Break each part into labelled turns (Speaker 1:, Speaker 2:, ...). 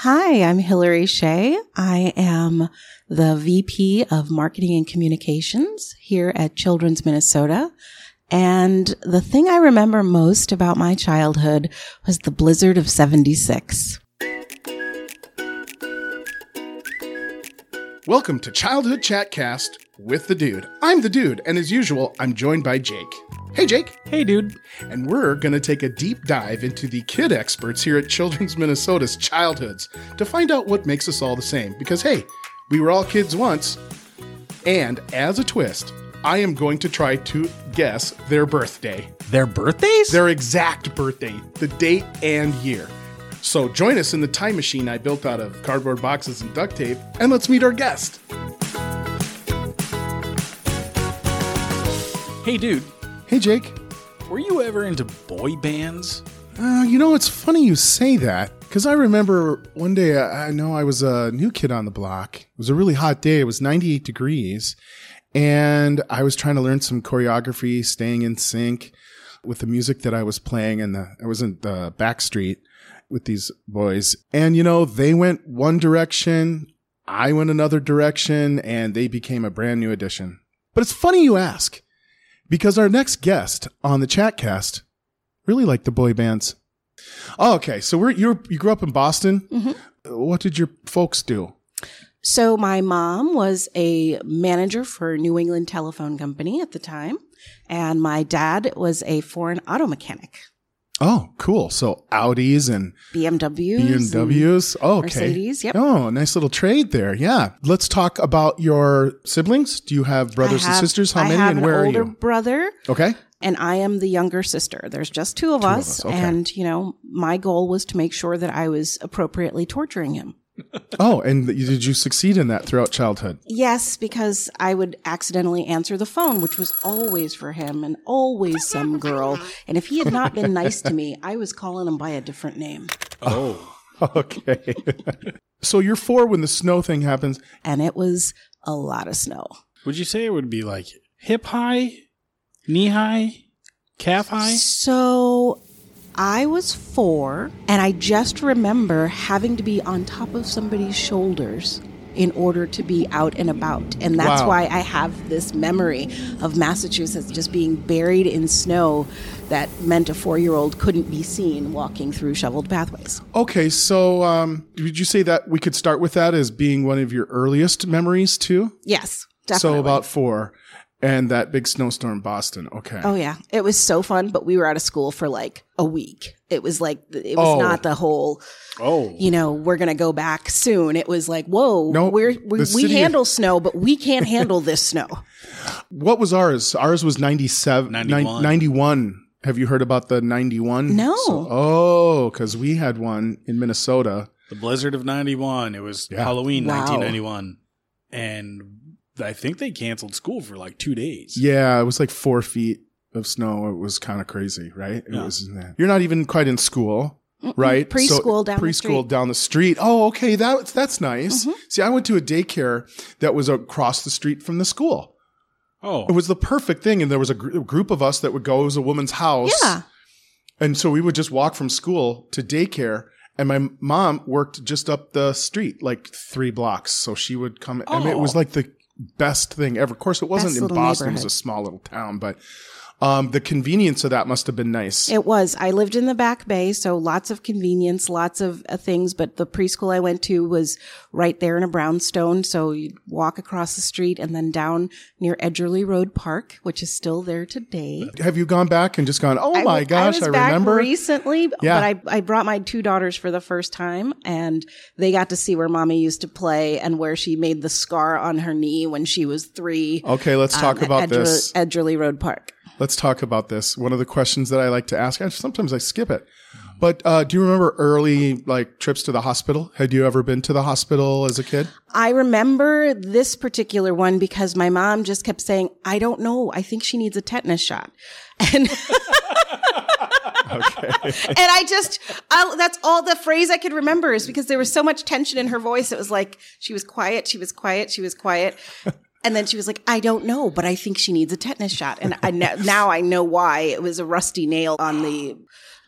Speaker 1: Hi, I'm Hillary Shea. I am the VP of Marketing and Communications here at Children's Minnesota. And the thing I remember most about my childhood was the blizzard of 76.
Speaker 2: Welcome to Childhood Chatcast with the Dude. I'm the Dude, and as usual, I'm joined by Jake. Hey, Jake.
Speaker 3: Hey, dude.
Speaker 2: And we're going to take a deep dive into the kid experts here at Children's Minnesota's childhoods to find out what makes us all the same. Because, hey, we were all kids once. And as a twist, I am going to try to guess their birthday,
Speaker 3: Their birthdays?
Speaker 2: their exact birthday, the date and year. So join us in the time machine I built out of cardboard boxes and duct tape, and let's meet our guest.
Speaker 3: hey, dude.
Speaker 2: Hey, Jake.
Speaker 3: Were you ever into boy bands?
Speaker 2: Uh, you know, it's funny you say that because I remember one day, uh, I I know I was a new kid on the block. It was a really hot day. It was 98 degrees. And I was trying to learn some choreography, staying in sync with the music that I was playing. And the, I was in the back street with these boys. And, you know, they went one direction. I went another direction and they became a brand new addition. But it's funny you ask because our next guest on the chatcast really liked the boy bands. Oh, okay, so we're you you grew up in Boston.
Speaker 1: Mm-hmm.
Speaker 2: Uh, What did your folks do?
Speaker 1: So my mom was a manager for New England Telephone Company at the time, and my dad was a foreign auto mechanic.
Speaker 2: Oh, cool. So Audis and
Speaker 1: BMWs. and-
Speaker 2: BMWs. Oh, okay.
Speaker 1: Mercedes, yep.
Speaker 2: Oh, nice little trade there. Yeah. Let's talk about your siblings. Do you have brothers
Speaker 1: I have-
Speaker 2: and sisters? How
Speaker 1: I
Speaker 2: many
Speaker 1: have
Speaker 2: and
Speaker 1: an
Speaker 2: where
Speaker 1: older
Speaker 2: are you?
Speaker 1: brother,
Speaker 2: Okay.
Speaker 1: and I am the younger sister. There's just two of us,
Speaker 2: us, okay.
Speaker 1: and you know, my goal was to make sure that I was appropriately torturing him.
Speaker 2: Oh, and th- did you succeed in that throughout childhood?
Speaker 1: Yes, because I would accidentally answer the phone, which was always for him and always some girl. And if he had not been nice to me, I was calling him by a different name.
Speaker 3: Oh.
Speaker 2: Okay. so you're four when the snow thing happens.
Speaker 1: And it was a lot of snow.
Speaker 3: Would you say it would be like hip high, knee high, calf high?
Speaker 1: So I was four, and I just remember having to be on top of somebody's shoulders in order to be out and about. And that's
Speaker 2: Wow.
Speaker 1: why I have this memory of Massachusetts just being buried in snow that meant a four year old couldn't be seen walking through shoveled pathways.
Speaker 2: Okay, so um, would you say that we could start with that as being one of your earliest memories too?
Speaker 1: Yes, definitely.
Speaker 2: So about four, and that big snowstorm in Boston. Okay.
Speaker 1: Oh yeah, it was so fun, but we were out of school for like a week. It was like it was
Speaker 2: Oh.
Speaker 1: not the whole
Speaker 3: Oh.
Speaker 1: you know, we're going to go back soon. It was like, whoa,
Speaker 2: No,
Speaker 1: we're, we,
Speaker 2: the
Speaker 1: we
Speaker 2: city-
Speaker 1: handle snow, but we can't handle this snow.
Speaker 2: What was ours? Ours was 97, 91.
Speaker 3: 91.
Speaker 2: 91. Have you heard about the 91?
Speaker 1: No.
Speaker 2: So- oh, because we had one in Minnesota.
Speaker 3: The blizzard of 91. It was
Speaker 2: Yeah.
Speaker 3: Halloween
Speaker 1: Wow.
Speaker 3: 1991. And I think they canceled school for like two days.
Speaker 2: Yeah, it was like four feet of snow. It was kind of crazy, right? It
Speaker 3: Yeah.
Speaker 2: was, you're not even quite in school. Right, So-
Speaker 1: Preschool down the
Speaker 2: preschool
Speaker 1: street. Mm-hmm.
Speaker 2: down the street. Oh, okay, that that's nice. See, I went to a daycare that was across the street from the school.
Speaker 3: Oh.
Speaker 2: It was the perfect thing, and there was a gr- group of us that would go. It was a woman's house,
Speaker 1: Yeah.
Speaker 2: And so we would just walk from school to daycare. And my mom worked just up the street, like three blocks. So she would come. I mean, it was
Speaker 3: Oh.
Speaker 2: like the best thing ever. Of course, it wasn't
Speaker 1: Best
Speaker 2: in
Speaker 1: little
Speaker 2: Boston. It was a
Speaker 1: neighborhood.
Speaker 2: small little town, but um, the convenience of that must have been nice.
Speaker 1: It was. I lived in the back bay, so lots of convenience, lots of uh, things, but the preschool I went to was right there in a brownstone. So you'd walk across the street and then down near Edgerly Road Park, which is still there today.
Speaker 2: have you gone back and just gone, oh
Speaker 1: I
Speaker 2: my
Speaker 1: was-
Speaker 2: gosh,
Speaker 1: I, was
Speaker 2: I,
Speaker 1: back
Speaker 2: remember?
Speaker 1: recently,
Speaker 2: Yeah.
Speaker 1: but I, I brought my two daughters for the first time and they got to see where mommy used to play and where she made the scar on her knee when she was three.
Speaker 2: okay, let's talk
Speaker 1: um, at
Speaker 2: about
Speaker 1: Edger-
Speaker 2: this.
Speaker 1: Edgerly Road Park.
Speaker 2: Let's talk about this. One of the questions that I like to ask, I, sometimes I skip it, but uh, do you remember early like trips to the hospital? Had you ever been to the hospital as a kid?
Speaker 1: I remember this particular one because my mom just kept saying, I don't know. I think she needs a tetanus shot. And, and I just, I, that's all the phrase I could remember is because there was so much tension in her voice. It was like, she was quiet, she was quiet, she was quiet. And then she was like, I don't know, but I think she needs a tetanus shot. And I, now I know why it was a rusty nail on the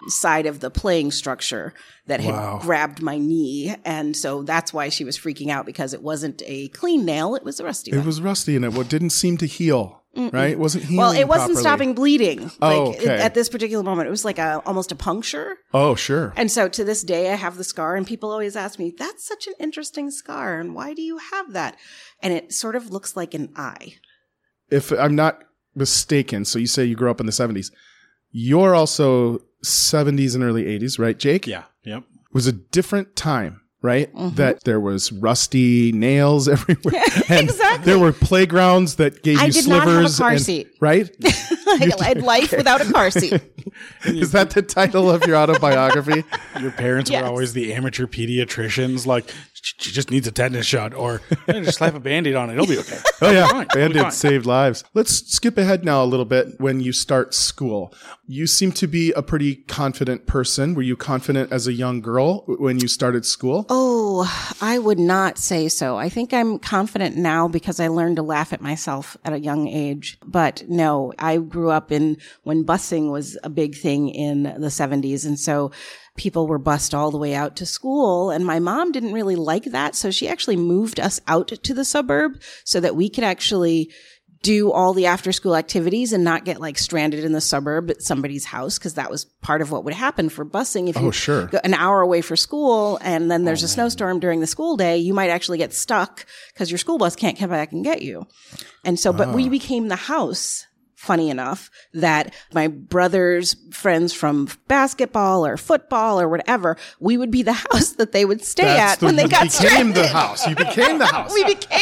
Speaker 1: side of the playing structure that had
Speaker 2: Wow.
Speaker 1: grabbed my knee. And so that's why she was freaking out because it wasn't a clean nail, it was a rusty
Speaker 2: It
Speaker 1: one.
Speaker 2: was rusty and it wa- didn't seem to heal, right? It wasn't healing.
Speaker 1: well, it wasn't
Speaker 2: properly.
Speaker 1: stopping bleeding.
Speaker 2: Oh,
Speaker 1: like
Speaker 2: okay.
Speaker 1: at this particular moment, it was like a almost a puncture.
Speaker 2: Oh, sure.
Speaker 1: And so to this day, I have the scar, and people always ask me, "That's such an interesting scar, and why do you have that?" And it sort of looks like an eye.
Speaker 2: if I'm not mistaken, so you say you grew up in the 70s. You're also 70s and early 80s, right, Jake?
Speaker 3: Yeah. Yep.
Speaker 2: It was a different time, right?
Speaker 1: Mm-hmm.
Speaker 2: That there was rusty nails everywhere. And
Speaker 1: Exactly.
Speaker 2: There were playgrounds that gave
Speaker 1: I
Speaker 2: you
Speaker 1: did not have a
Speaker 2: slivers.
Speaker 1: car
Speaker 2: and-
Speaker 1: seat.
Speaker 2: Right?
Speaker 1: I had life without a car seat.
Speaker 2: Is that the title of your autobiography?
Speaker 3: Your parents
Speaker 1: Yes.
Speaker 3: were always the amateur pediatricians, like "She- she just needs a tetanus shot, or "Eh, just slap a band-aid on it, it'll be okay.
Speaker 2: Oh yeah,
Speaker 3: Fine, totally
Speaker 2: Band-Aid
Speaker 3: fine.
Speaker 2: saved lives. Let's skip ahead now a little bit when you start school. You seem to be a pretty confident person. Were you confident as a young girl w- when you started school?
Speaker 1: Oh, I would not say so. I think I'm confident now because I learned to laugh at myself at a young age. But no, I grew up in when busing was a big thing in the 70s. And so people were bused all the way out to school. And my mom didn't really like that. So she actually moved us out to the suburb so that we could actually do all the after school activities and not get like stranded in the suburb at somebody's house because that was part of what would happen for busing if you
Speaker 2: Oh, sure.
Speaker 1: go an hour away for school and then
Speaker 2: Oh,
Speaker 1: there's a snowstorm during the school day you might actually get stuck because your school bus can't come back and get you and so but we became the house funny enough that my brother's friends from basketball or football or whatever we would be the house that they would stay at
Speaker 2: the-
Speaker 1: when they
Speaker 2: you
Speaker 1: got
Speaker 2: became
Speaker 1: stranded
Speaker 2: the house. You became the house.
Speaker 1: we became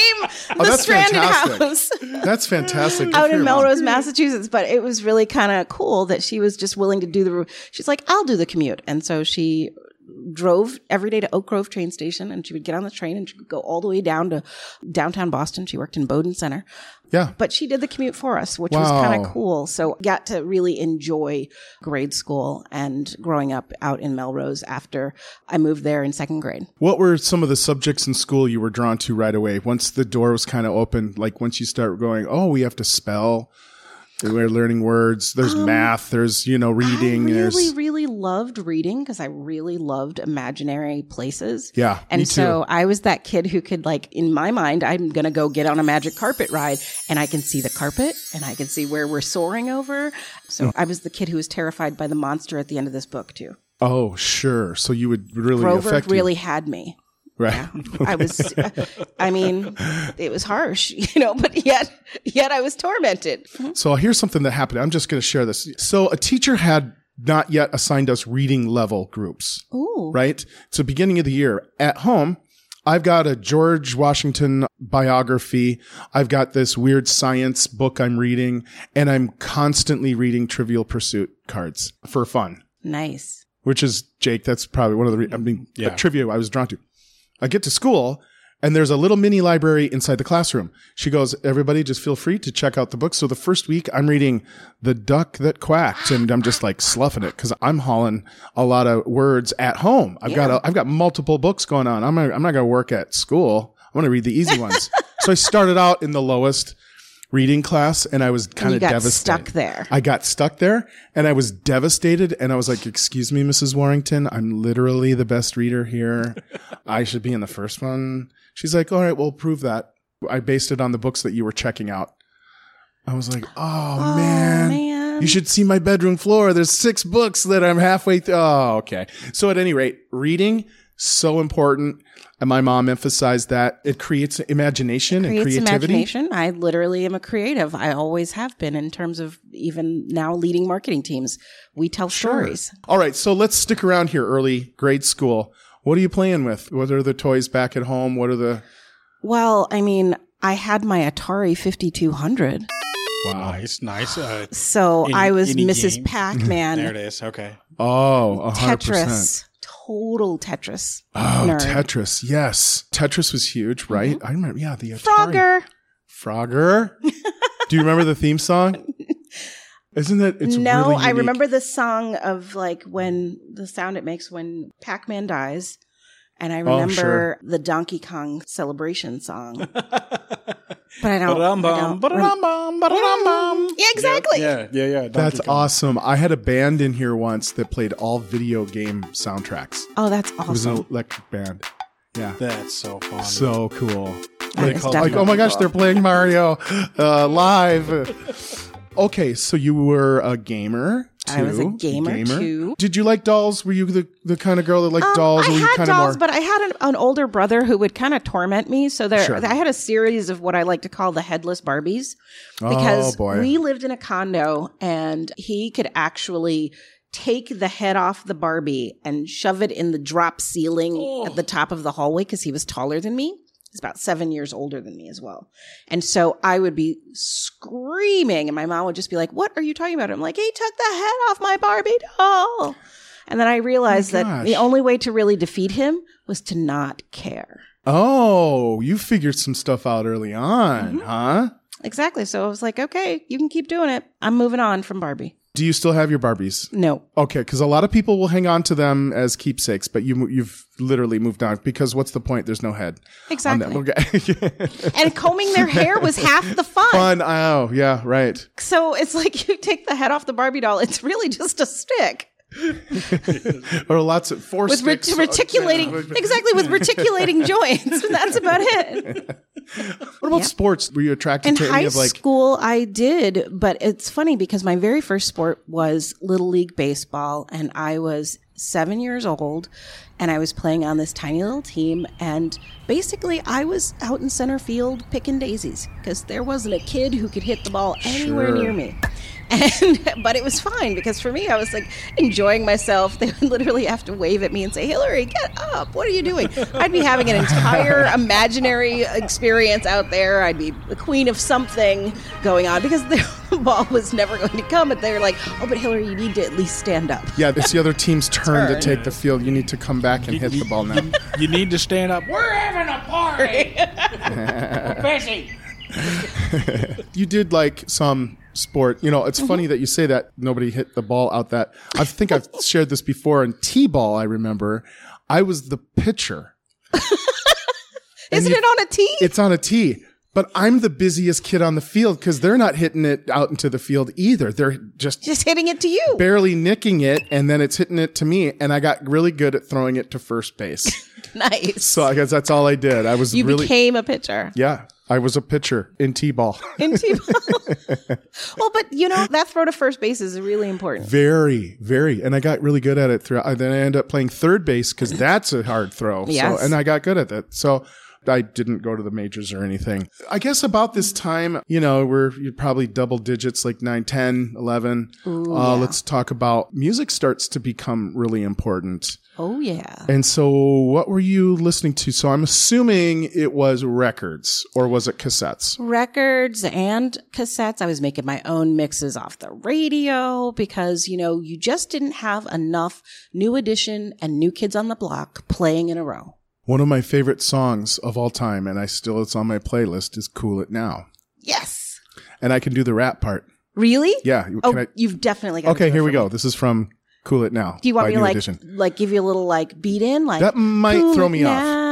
Speaker 2: Oh,
Speaker 1: the
Speaker 2: that's
Speaker 1: stranded
Speaker 2: fantastic.
Speaker 1: house
Speaker 2: That's fantastic. Good
Speaker 1: out
Speaker 2: for
Speaker 1: in
Speaker 2: your mom.
Speaker 1: Melrose, Massachusetts. But it was really kind of cool that she was just willing to do the. She's like, I'll do the commute, and so she drove every day to Oak Grove train station, and she would get on the train and she would go all the way down to downtown Boston. She worked in Bowdoin Center,
Speaker 2: Yeah.
Speaker 1: but she did the commute for us, which
Speaker 2: Wow.
Speaker 1: was kind of cool. So got to really enjoy grade school and growing up out in Melrose after I moved there in second grade.
Speaker 2: What were some of the subjects in school you were drawn to right away? Once the door was kind of open, like once you start going, oh, we have to spell. We're learning words. There's math. There's you know reading.
Speaker 1: Um, I really,
Speaker 2: there's
Speaker 1: really loved reading because I really loved imaginary places.
Speaker 2: Yeah, me
Speaker 1: And
Speaker 2: too.
Speaker 1: so I was that kid who could like, in my mind, I'm going to go get on a magic carpet ride and I can see the carpet and I can see where we're soaring over.
Speaker 2: Hmm.
Speaker 1: So I was the kid who was terrified by the monster at the end of this book too.
Speaker 2: oh sure. So you would really
Speaker 1: Grover
Speaker 2: affect you.
Speaker 1: really had me.
Speaker 2: right.
Speaker 1: I was, I mean, it was harsh, you know, but yet, yet I was tormented.
Speaker 2: So here's something that happened. I'm just going to share this. So a teacher had not yet assigned us reading level groups,
Speaker 1: Ooh.
Speaker 2: right? So beginning of the year at home, I've got a George Washington biography. I've got this weird science book I'm reading and I'm constantly reading Trivial Pursuit cards for fun,
Speaker 1: Nice.
Speaker 2: which is Jake. That's probably one of the, re- I mean,
Speaker 3: Yeah.
Speaker 2: but trivia I was drawn to. I get to school and there's a little mini library inside the classroom. She goes, everybody just feel free to check out the book. So the first week I'm reading The Duck That Quacked and I'm just like sloughing it because I'm hauling a lot of words at home. I've got, a, I've got multiple books going on. I'm, not- I'm not going to work at school. I want to read the easy ones. so I started out in the lowest reading class and I was kind
Speaker 1: You
Speaker 2: of
Speaker 1: got
Speaker 2: devastated.
Speaker 1: stuck there.
Speaker 2: I got stuck there and I was devastated. And I was like, Excuse me, Mrs. Warrington, I'm literally the best reader here. I should be in the first one. She's like, All right, we'll prove that. I based it on the books that you were checking out. I was like, Oh, man.
Speaker 1: man.
Speaker 2: You should see my bedroom floor. There's six books that I'm halfway through. Oh, okay. So at any rate, reading so important. And my mom emphasized that it creates imagination and
Speaker 1: creates
Speaker 2: creativity.
Speaker 1: imagination. I literally am a creative. I always have been in terms of even now leading marketing teams. We tell stories.
Speaker 2: All right, so let's stick around here early grade school. What are you playing with? What are the toys back at home? What are the
Speaker 1: Well, I mean, I had my Atari 5200.
Speaker 2: Wow.
Speaker 3: Nice, nice. Uh,
Speaker 1: So
Speaker 3: Any-
Speaker 1: I was
Speaker 3: any
Speaker 1: Mrs.
Speaker 3: game. there
Speaker 1: Pac-Man,
Speaker 3: it is. Okay.
Speaker 2: Oh, 100%.
Speaker 1: Tetris, total Tetris.
Speaker 2: Oh,
Speaker 1: nerd. Mm-hmm.
Speaker 2: Tetris. Yes. Tetris was huge, right? I remember yeah, the Atari.
Speaker 1: Frogger.
Speaker 2: Frogger. Do you remember the theme song? Isn't it it's
Speaker 1: no,
Speaker 2: really
Speaker 1: I
Speaker 2: unique.
Speaker 1: remember the song of like when the sound it makes when Pac-Man dies. And I remember
Speaker 2: Oh, sure.
Speaker 1: the Donkey Kong celebration song. But I don't.
Speaker 3: Ba-dum
Speaker 1: I
Speaker 3: bum,
Speaker 1: don't Mm,
Speaker 3: ba-dum bum, ba-dum bum.
Speaker 1: Yeah, exactly.
Speaker 3: Yeah, yeah, yeah. yeah.
Speaker 2: That's
Speaker 3: Donkey Kong.
Speaker 2: awesome. I had a band in here once that played all video game soundtracks.
Speaker 1: Oh, that's
Speaker 2: It was
Speaker 1: awesome.
Speaker 2: an electric band. Yeah.
Speaker 3: That's so fun.
Speaker 2: So cool.
Speaker 1: That
Speaker 2: Like,
Speaker 1: is
Speaker 2: like, oh my gosh, they're playing Mario uh, live. Okay, so you were a gamer. Too.
Speaker 1: I was a gamer, too.
Speaker 2: Did you like dolls? Were you the, the kind of girl that liked
Speaker 1: Um,
Speaker 2: dolls?
Speaker 1: I
Speaker 2: or were you
Speaker 1: had
Speaker 2: kind
Speaker 1: dolls,
Speaker 2: of more?
Speaker 1: but I had an, an older brother who would kind of torment me. So there,
Speaker 2: Sure.
Speaker 1: I had a series of what I like to call the headless Barbies
Speaker 2: oh
Speaker 1: because
Speaker 2: boy,
Speaker 1: we lived in a condo and he could actually take the head off the Barbie and shove it in the drop ceiling
Speaker 3: Oh.
Speaker 1: at the top of the hallway because he was taller than me. He's about seven years older than me as well. And so I would be screaming, and my mom would just be like, What are you talking about? I'm like, He took the head off my Barbie doll. And then I realized that the
Speaker 2: Oh gosh.
Speaker 1: only way to really defeat him was to not care.
Speaker 2: oh, you figured some stuff out early
Speaker 1: Mm-hmm.
Speaker 2: on, huh?
Speaker 1: Exactly. So I was like, Okay, you can keep doing it. I'm moving on from Barbie.
Speaker 2: Do you still have your Barbies?
Speaker 1: No,
Speaker 2: Okay, because a lot of people will hang on to them as keepsakes, but you mo- you've literally moved on because what's the point? There's no head on
Speaker 1: exactly.
Speaker 2: them. Okay.
Speaker 1: and combing their hair was half the fun.
Speaker 2: Fun. Oh, yeah, right.
Speaker 1: So it's like you take the head off the Barbie doll. It's really just a stick
Speaker 2: Or lots of four
Speaker 1: with ret-
Speaker 2: sticks. Oh,
Speaker 1: reticulating, exactly with reticulating joints. And that's about it.
Speaker 2: What about
Speaker 1: Yeah.
Speaker 2: sports? Were you attracted
Speaker 1: In
Speaker 2: to
Speaker 1: high
Speaker 2: any of like?
Speaker 1: school, I did, but it's funny because my very first sport was Little League Baseball, and I was seven years old, and I was playing on this tiny little team. And basically, I was out in center field picking daisies because there wasn't a kid who could hit the ball anywhere
Speaker 2: Sure.
Speaker 1: near me. And but it was fine because for me I was like enjoying myself. They would literally have to wave at me and say, "Hillary, get up! What are you doing?" I'd be having an entire imaginary experience out there. I'd be the queen of something going on because the ball was never going to come. But they were like, "Oh, but Hillary, you need to at least stand up."
Speaker 2: Yeah, it's the other team's turn, to
Speaker 1: Turn.
Speaker 2: take the field. You need to come back and hit the ball now.
Speaker 3: You need to stand up.
Speaker 4: We're having a party. We're busy.
Speaker 2: You did like some sport. You know, it's
Speaker 1: Mm-hmm.
Speaker 2: funny that you say that nobody hit the ball out that. I think I've shared this before in T-ball, I remember. I was the pitcher.
Speaker 1: Isn't it on a tee?
Speaker 2: It's on a tee, but I'm the busiest kid on the field cuz they're not hitting it out into the field either. They're just
Speaker 1: Just hitting it to you.
Speaker 2: barely nicking it and then it's hitting it to me and I got really good at throwing it to first base.
Speaker 1: nice.
Speaker 2: so I guess that's all I did. I was
Speaker 1: you
Speaker 2: really
Speaker 1: became a pitcher.
Speaker 2: Yeah, I was a pitcher in T-ball.
Speaker 1: in T well, but you know that throw to first base is really important.
Speaker 2: very, very, and I got really good at it throughout. And then I ended up playing third base because that's a hard throw.
Speaker 1: Yes.
Speaker 2: So, and I got good at that. So I didn't go to the majors or anything. I guess about this time, you know, we're you're probably double digits, like 9, 10, 11. uh, Let's talk about music starts to become really important.
Speaker 1: Oh yeah.
Speaker 2: And so what were you listening to? So I'm assuming it was records or was it cassettes?
Speaker 1: records and cassettes. I was making my own mixes off the radio because, you know, you just didn't have enough new edition and new kids on the block playing in a row.
Speaker 2: One of my favorite songs of all time, and I still, it's on my playlist, is Cool It Now.
Speaker 1: Yes.
Speaker 2: and I can do the rap part.
Speaker 1: Really?
Speaker 2: Yeah. you-
Speaker 1: Oh,
Speaker 2: Can I,
Speaker 1: you've definitely got
Speaker 2: okay, here we go. This is from Cool It Now.
Speaker 1: Do you want
Speaker 2: by
Speaker 1: me to
Speaker 2: New
Speaker 1: like,
Speaker 2: Edition.
Speaker 1: like give you a little like beat in? Like
Speaker 2: That might
Speaker 1: "Cool
Speaker 2: throw me
Speaker 1: it
Speaker 2: off.
Speaker 1: now."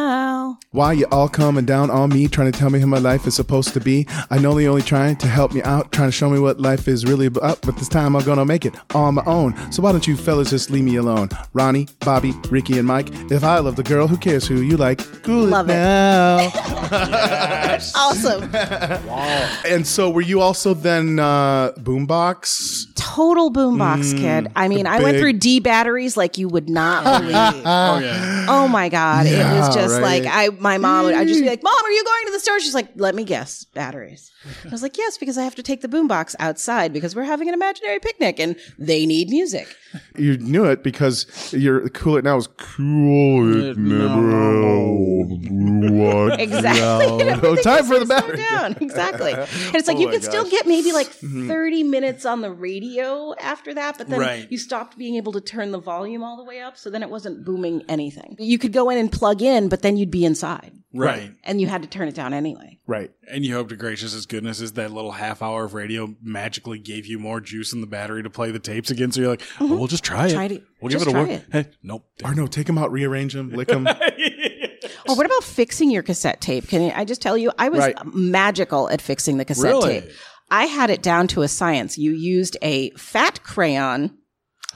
Speaker 2: Why you all coming down on me, trying to tell me how my life is supposed to be? I know they only trying to help me out, trying to show me what life is really about, but this time I'm gonna make it on my own. So why don't you fellas just leave me alone? Ronnie, Bobby, Ricky, and Mike. If I love the girl, who cares who you like? Cool
Speaker 1: Love it.
Speaker 2: it now.
Speaker 1: Awesome.
Speaker 2: and so, were you also then uh, boombox?
Speaker 1: Total boombox kid. I mean, I went
Speaker 2: Mm, big-
Speaker 1: through D batteries like you would not believe.
Speaker 3: Oh yeah.
Speaker 1: Oh my God. it was
Speaker 2: Yeah,
Speaker 1: just like,
Speaker 2: right.
Speaker 1: I, my mom, would, I'd just be like, Mom, are you going to the store? She's like, Let me guess, batteries. I was like, Yes, because I have to take the boombox outside because we're having an imaginary picnic and they need music.
Speaker 2: you knew it because your cool it now is cool it now. What?
Speaker 1: Exactly.
Speaker 2: now? No time for the
Speaker 1: Slow
Speaker 2: battery. Oh
Speaker 1: down. Exactly. And it's like, you
Speaker 2: my
Speaker 1: could still
Speaker 2: gosh. Mm-hmm.
Speaker 1: get maybe like 30 minutes on the radio after that, but then
Speaker 3: Right.
Speaker 1: you stopped being able to turn the volume all the way up. So then it wasn't booming anything. You could go in and plug in, but then you'd be inside
Speaker 3: Right.
Speaker 1: and you had to turn it down anyway.
Speaker 2: Right.
Speaker 3: And you hope to gracious's goodness is that little half hour of radio magically gave you more juice in the battery to play the tapes again. So you're like, oh, we'll just try it.
Speaker 1: Try Mm-hmm. it.
Speaker 3: We'll
Speaker 1: Just
Speaker 3: give it a
Speaker 1: try
Speaker 3: whirl.
Speaker 1: it.
Speaker 3: Hey, nope.
Speaker 2: Or no, take them out, rearrange them, lick them.
Speaker 1: Or what about fixing your cassette tape? Can I just tell you, I was
Speaker 2: Right.
Speaker 1: magical at fixing the cassette
Speaker 3: Really?
Speaker 1: tape. I had it down to a science. You used a fat crayon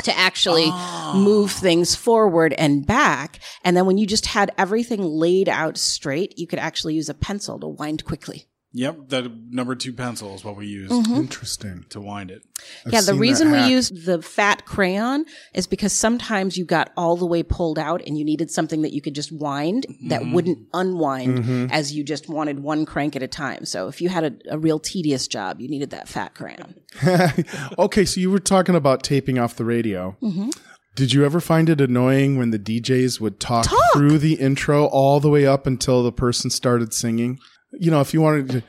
Speaker 1: to actually move things forward and back. And then when you just had everything laid out straight, you could actually use a pencil to wind quickly.
Speaker 3: Yep, the number two pencil is what we used
Speaker 1: Mm-hmm.
Speaker 2: Interesting.
Speaker 3: to wind it.
Speaker 2: I've
Speaker 1: yeah, the
Speaker 2: seen that
Speaker 1: reason we
Speaker 2: hack.
Speaker 1: used the fat crayon is because sometimes you got all the way pulled out and you needed something that you could just wind that wouldn't unwind as you just wanted one crank at a time. So if you had a, a real tedious job, you needed that fat crayon.
Speaker 2: okay, so you were talking about taping off the radio.
Speaker 1: Mm-hmm.
Speaker 2: Did you ever find it annoying when the DJs would talk, through the intro all the way up until the person started singing? You know, if you wanted to.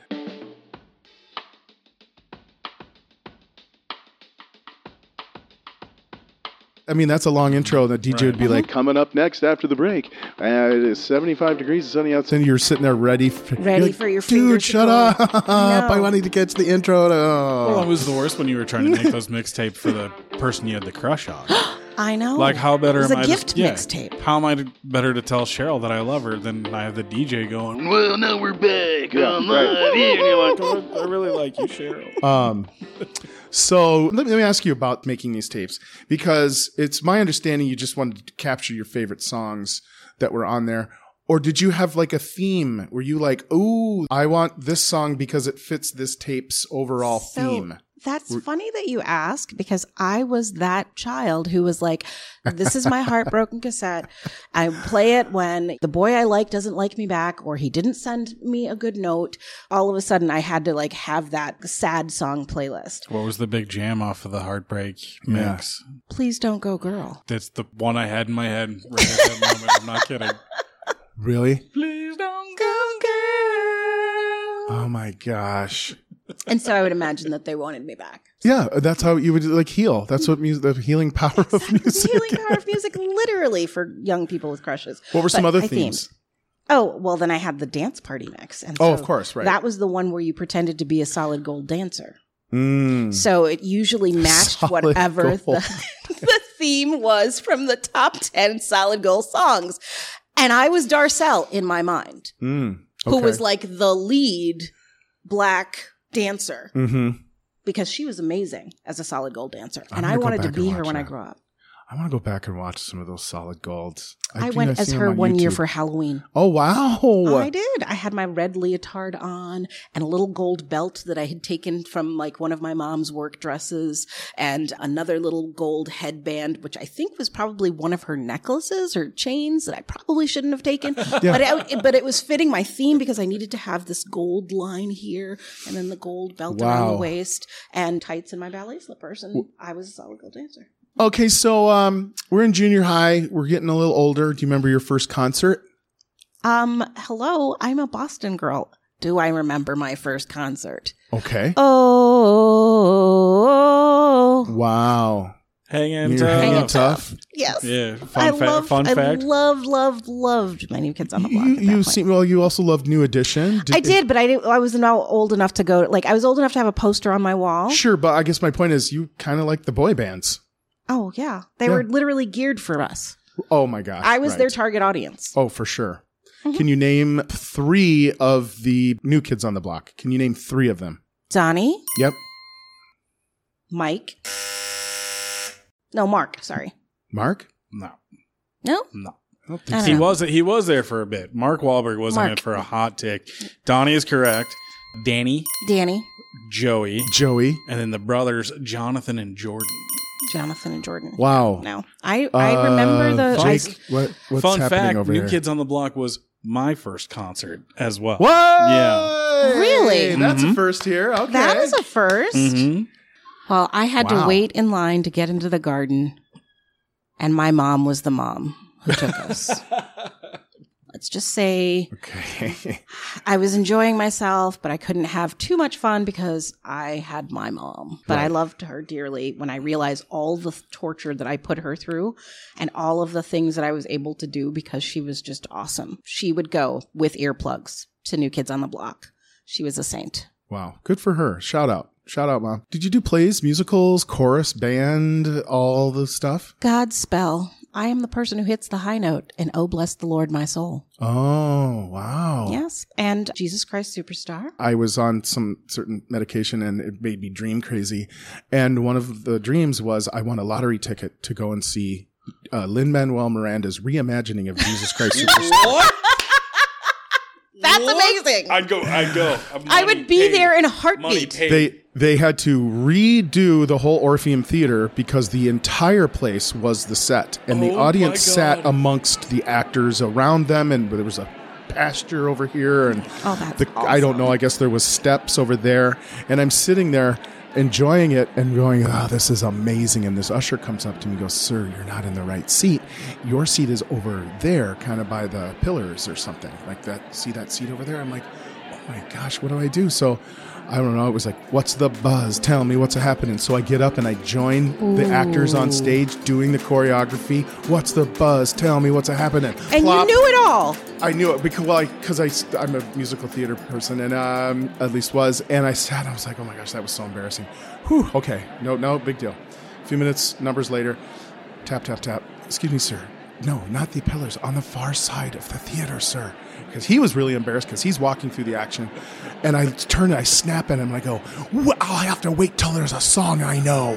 Speaker 2: I mean, that's a long intro. The DJ would be like,
Speaker 1: Uh-huh.
Speaker 2: "Coming up next after the break, uh, it is seventy-five degrees, and sunny outside." And you're sitting there ready, for, you're
Speaker 1: Ready
Speaker 2: like,
Speaker 1: for your
Speaker 2: dude.
Speaker 1: fingers to
Speaker 2: Shut
Speaker 1: go
Speaker 2: up!
Speaker 1: No.
Speaker 2: I wanted to catch the intro. Oh. To,
Speaker 3: Well, it was the worst when you were trying to make those mixtapes for the person you had the crush on.
Speaker 1: I know.
Speaker 3: Like, how better
Speaker 1: It was
Speaker 3: am
Speaker 1: a
Speaker 3: I?
Speaker 1: gift
Speaker 3: to, yeah,
Speaker 1: mixtape.
Speaker 3: How am I to- better to tell Cheryl that I love her than I have the DJ going? "Well,
Speaker 5: Well, now we're back on
Speaker 2: right.
Speaker 5: live here. And you're like,
Speaker 3: I I really like you, Cheryl.
Speaker 2: Um, so let me, let me ask you about making these tapes because it's my understanding you just wanted to capture your favorite songs that were on there. Or did you have like a theme? Were you like, oh, I want this song because it fits this tape's overall theme?
Speaker 1: That's funny that you ask because I was that child who was like, this is my heartbroken cassette. I play it when the boy I like doesn't like me back or he didn't send me a good note. All of a sudden I had to like have that sad song playlist.
Speaker 3: What was the big jam off of the Heartbreak
Speaker 2: Yeah.
Speaker 3: mix?
Speaker 1: Please don't go girl.
Speaker 3: That's the one I had in my head right at that moment. I'm not kidding.
Speaker 2: Really?
Speaker 3: Please don't go, girl.
Speaker 2: Oh my gosh.
Speaker 1: And so I would imagine that they wanted me back.
Speaker 2: Yeah, that's how you would like heal. That's what music, the healing power of music.
Speaker 1: Healing power of music, literally for young people with crushes.
Speaker 2: What were some
Speaker 1: But
Speaker 2: other
Speaker 1: I
Speaker 2: themes?
Speaker 1: themed. Oh, well, then I had the dance party mix. And
Speaker 2: Oh,
Speaker 1: so
Speaker 2: of course, right.
Speaker 1: That was the one where you pretended to be a solid gold dancer.
Speaker 2: Mm.
Speaker 1: So it usually matched
Speaker 2: Solid
Speaker 1: whatever
Speaker 2: gold.
Speaker 1: the, the theme was from the top 10 solid gold songs. And I was Darcel in my mind,
Speaker 2: Mm.
Speaker 1: who was like the lead black dancer
Speaker 2: hmm
Speaker 1: because she was amazing as a solid gold dancer.
Speaker 2: I'm
Speaker 1: And
Speaker 2: gonna
Speaker 1: I
Speaker 2: go
Speaker 1: wanted to
Speaker 2: back and
Speaker 1: be her
Speaker 2: watch
Speaker 1: when I
Speaker 2: that.
Speaker 1: grew up.
Speaker 2: I want to go back and watch some of those solid golds.
Speaker 1: I,
Speaker 2: do-
Speaker 1: went
Speaker 2: see
Speaker 1: as
Speaker 2: them
Speaker 1: her
Speaker 2: on
Speaker 1: one year
Speaker 2: YouTube.
Speaker 1: for Halloween.
Speaker 2: Oh wow!
Speaker 1: I did. I had my red leotard on and a little gold belt that I had taken from like one of my mom's work dresses and another little gold headband, which I think was probably one of her necklaces or chains that I probably shouldn't have taken. But, I, but it was fitting my theme because I needed to have this gold line here and then the gold belt around
Speaker 2: Wow.
Speaker 1: the waist and tights and my ballet slippers. And I was a solid gold dancer.
Speaker 2: Okay, so um, we're in junior high. We're getting a little older. Do you remember your first concert?
Speaker 1: Um, hello, I'm a Boston girl. Do I remember my first concert?
Speaker 2: Okay.
Speaker 1: Oh,
Speaker 2: Wow.
Speaker 3: Hanging
Speaker 2: You're hanging
Speaker 3: tough.
Speaker 2: tough.
Speaker 1: yes.
Speaker 3: Yeah. Fun,
Speaker 1: I
Speaker 3: fa-
Speaker 1: loved,
Speaker 3: fun
Speaker 1: I
Speaker 3: fact.
Speaker 1: loved, loved, loved my new kids on the block.
Speaker 2: You,
Speaker 1: at that
Speaker 2: you
Speaker 1: point.
Speaker 2: seem well. You also loved New Edition.
Speaker 1: I did, but I didn't. I was now old enough to go. Like I was old enough to have a poster on my wall.
Speaker 2: Sure, but I guess my point is, you kind of like the boy bands.
Speaker 1: Oh yeah, they
Speaker 2: Yeah.
Speaker 1: were literally geared for us.
Speaker 2: Oh my gosh!
Speaker 1: I was Mm-hmm.
Speaker 2: right.
Speaker 1: their target audience.
Speaker 2: oh, for sure. Can you name three of the new kids on the block? Can you name three of them?
Speaker 1: Donnie,
Speaker 2: Yep.
Speaker 1: Mike, no Mark. Sorry,
Speaker 2: Mark.
Speaker 3: No,
Speaker 1: no.
Speaker 3: no.
Speaker 2: I
Speaker 1: I
Speaker 2: don't think
Speaker 1: don't
Speaker 3: He
Speaker 1: know.
Speaker 3: was he was there for a bit. Mark Wahlberg was in
Speaker 1: Mark.
Speaker 3: it for a hot tick. Donnie is correct. Danny,
Speaker 1: Danny,
Speaker 3: Joey,
Speaker 2: Joey.
Speaker 3: and then the brothers Jonathan and Jordan.
Speaker 1: Jonathan, and Jordan.
Speaker 2: Wow.
Speaker 1: No, I I remember
Speaker 2: Uh,
Speaker 1: the. I-
Speaker 2: Jake, what, what's
Speaker 3: Fun
Speaker 2: happening
Speaker 3: fact:
Speaker 2: over
Speaker 3: New
Speaker 2: here?
Speaker 3: Kids on the Block was my first concert as well.
Speaker 2: What?
Speaker 3: Yeah.
Speaker 1: Really?
Speaker 2: That's a
Speaker 3: Mhm.
Speaker 2: first here. Okay.
Speaker 1: that was a 1st
Speaker 3: Mhm.
Speaker 1: Well, I had
Speaker 2: Wow.
Speaker 1: to wait in line to get into the garden, and my mom was the mom who took us. Let's just say
Speaker 2: okay.
Speaker 1: I was enjoying myself, but I couldn't have too much fun because I had my mom. But I loved her dearly when I realized all the torture that I put her through and all of the things that I was able to do because she was just awesome. She would go with earplugs to New Kids on the Block. She was a saint.
Speaker 2: Wow. Good for her. Shout out. Shout out, mom. Did you do plays, musicals, chorus, band, all the stuff?
Speaker 1: Godspell I am the person who hits the high note and oh, bless the Lord, my soul.
Speaker 2: Oh, wow.
Speaker 1: Yes. And Jesus Christ Superstar.
Speaker 2: I was on some certain medication and it made me dream crazy. And one of the dreams was I won a lottery ticket to go and see uh, Lin Manuel Miranda's reimagining of Jesus Christ Superstar.
Speaker 3: What?
Speaker 1: That's
Speaker 3: What?
Speaker 1: amazing. I,
Speaker 5: I'd go. I'd go. I'm money
Speaker 1: would be
Speaker 5: paid.
Speaker 1: there in a
Speaker 5: Money
Speaker 1: heartbeat.
Speaker 5: paid.
Speaker 2: They they had to redo the whole Orpheum Theater because the entire place was the set, and the
Speaker 5: Oh my
Speaker 2: audience sat
Speaker 5: God.
Speaker 2: amongst the actors around them, and there was a pasture over here, and
Speaker 1: Oh, that's
Speaker 2: the, I don't know.
Speaker 1: awesome.
Speaker 2: I guess there was steps over there, and I'm sitting there enjoying it and going, "Oh, this is amazing!" And this usher comes up to me, and goes, "Sir, you're not in the right seat. Your seat is over there, kind of by the pillars or something like that. See that seat over there?" I'm like, "Oh my gosh, what do I do?" So. I don't know. It was like, what's the buzz? Tell me what's happening. So I get up and I join the actors on stage doing the choreography. What's the buzz? Tell me what's happening.
Speaker 1: and
Speaker 2: Plop.
Speaker 1: you knew it all.
Speaker 2: I knew it because well, I, cause I st- I'm a musical theater person and um, at least was, and I sat and I was like, oh my gosh, that was so embarrassing. Whew, okay, no, no, big deal. A few minutes, numbers later, tap, tap, tap. Excuse me, sir. No, not the pillars on the far side of the theater, sir. Because he was really embarrassed because he's walking through the action, and I turn and I snap at him and I go, "Wh- I'll have to wait till there's a song I know.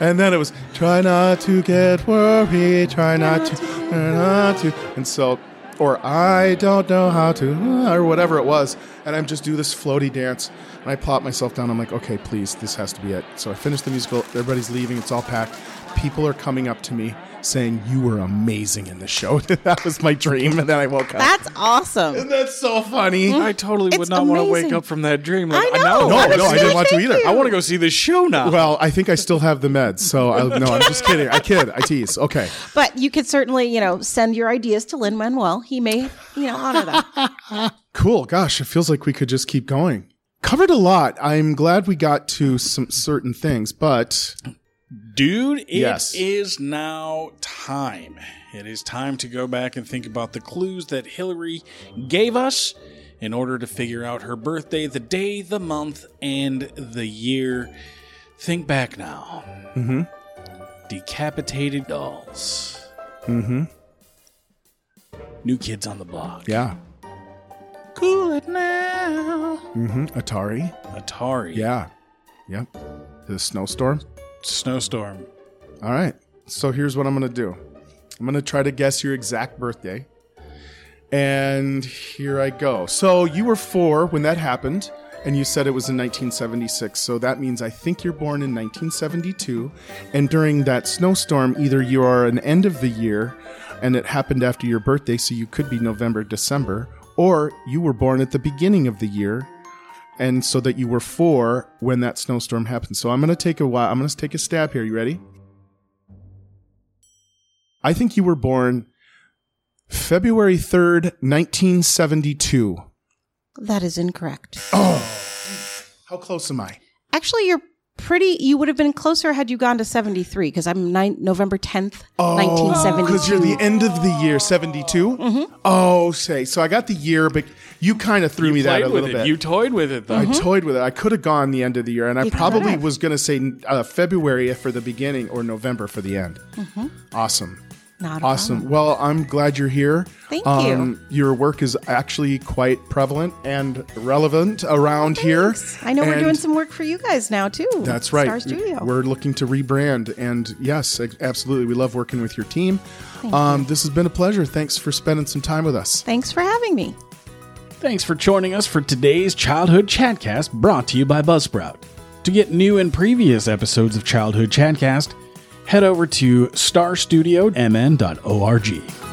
Speaker 2: And then it was try not to get worried, try not to, try not to, and so, or I don't know how to, or whatever it was. And I'm just do this floaty dance, and I plop myself down. I'm like, okay, please, this has to be it. So I finish the musical. Everybody's leaving. It's all packed. People are coming up to me saying, "You were amazing in the show." that was my dream, and then I woke up.
Speaker 1: That's awesome.
Speaker 2: and that's so funny.
Speaker 3: I totally would
Speaker 1: It's
Speaker 3: not want to wake
Speaker 1: amazing.
Speaker 3: up from that dream. Like,
Speaker 1: I know.
Speaker 2: No,
Speaker 1: I was
Speaker 2: no, I
Speaker 1: gonna
Speaker 2: didn't want to
Speaker 1: say
Speaker 2: either.
Speaker 1: to
Speaker 3: I
Speaker 1: you.
Speaker 3: want to go see this show now.
Speaker 2: Well, I think I still have the meds, so I, no, I'm just kidding. I kid. I tease. Okay.
Speaker 1: But you could certainly, you know, send your ideas to Lin Manuel. He may, you know, honor them.
Speaker 2: Cool. Gosh, it feels like we could just keep going. Covered a lot. I'm glad we got to some certain things, but
Speaker 3: Dude, it is
Speaker 2: Yes.
Speaker 3: now time. It is time to go back and think about the clues that Hillary gave us in order to figure out her birthday, the day, the month, and the year. Think back now.
Speaker 2: Mhm.
Speaker 3: Decapitated dolls.
Speaker 2: mm-hmm.
Speaker 3: New kids on the block.
Speaker 2: yeah.
Speaker 3: Cool it now.
Speaker 2: Mm-hmm. Atari.
Speaker 3: Atari.
Speaker 2: Yeah. Yep. The snowstorm.
Speaker 3: Snowstorm.
Speaker 2: All right. So here's what I'm going to do I'm going to try to guess your exact birthday. And here I go. So you were four when that happened, and you said it was in 1976. So that means I think you're born in 1972. And during that snowstorm, either you are an end of the year and it happened after your birthday, so you could be November, December, or you were born at the beginning of the year and so that you were four when that snowstorm happened. So I'm going to take a while. I'm going to take a stab here. You ready? I think you were born February 3rd, 1972.
Speaker 1: That is incorrect.
Speaker 2: How close am I?
Speaker 1: Actually, you're pretty. You would have been closer had you gone to 73 because I'm nine, November 10th,
Speaker 2: Oh,
Speaker 1: 1972.
Speaker 2: because you're the end of the year, 72? Mm-hmm. Oh, say. So I got the year, but you kind of threw me that a
Speaker 3: Played with
Speaker 2: little
Speaker 3: it.
Speaker 2: bit.
Speaker 3: You toyed with it, though.
Speaker 2: I toyed with it. I could have gone the end of the year, and I
Speaker 1: Mm-hmm. You
Speaker 2: probably
Speaker 1: could've.
Speaker 2: was going to say uh, February for the beginning or November for the end. Awesome.
Speaker 1: Mm-hmm. Not a
Speaker 2: Awesome. Well, I'm glad you're here.
Speaker 1: Thank
Speaker 2: you. Your work is actually quite prevalent and relevant around here.
Speaker 1: Thanks. I know we're
Speaker 2: And
Speaker 1: doing some work for you guys now too.
Speaker 2: That's right.
Speaker 1: Star Studio.
Speaker 2: We're looking to rebrand, and yes, ex- absolutely, we love working with your team. Um, This has been a pleasure. Thanks for spending some time with us.
Speaker 1: Thanks for having me.
Speaker 3: Thanks for joining us for today's Childhood Chatcast brought to you by Buzzsprout. To get new and previous episodes of Childhood Chatcast, head over to starstudiomn.org.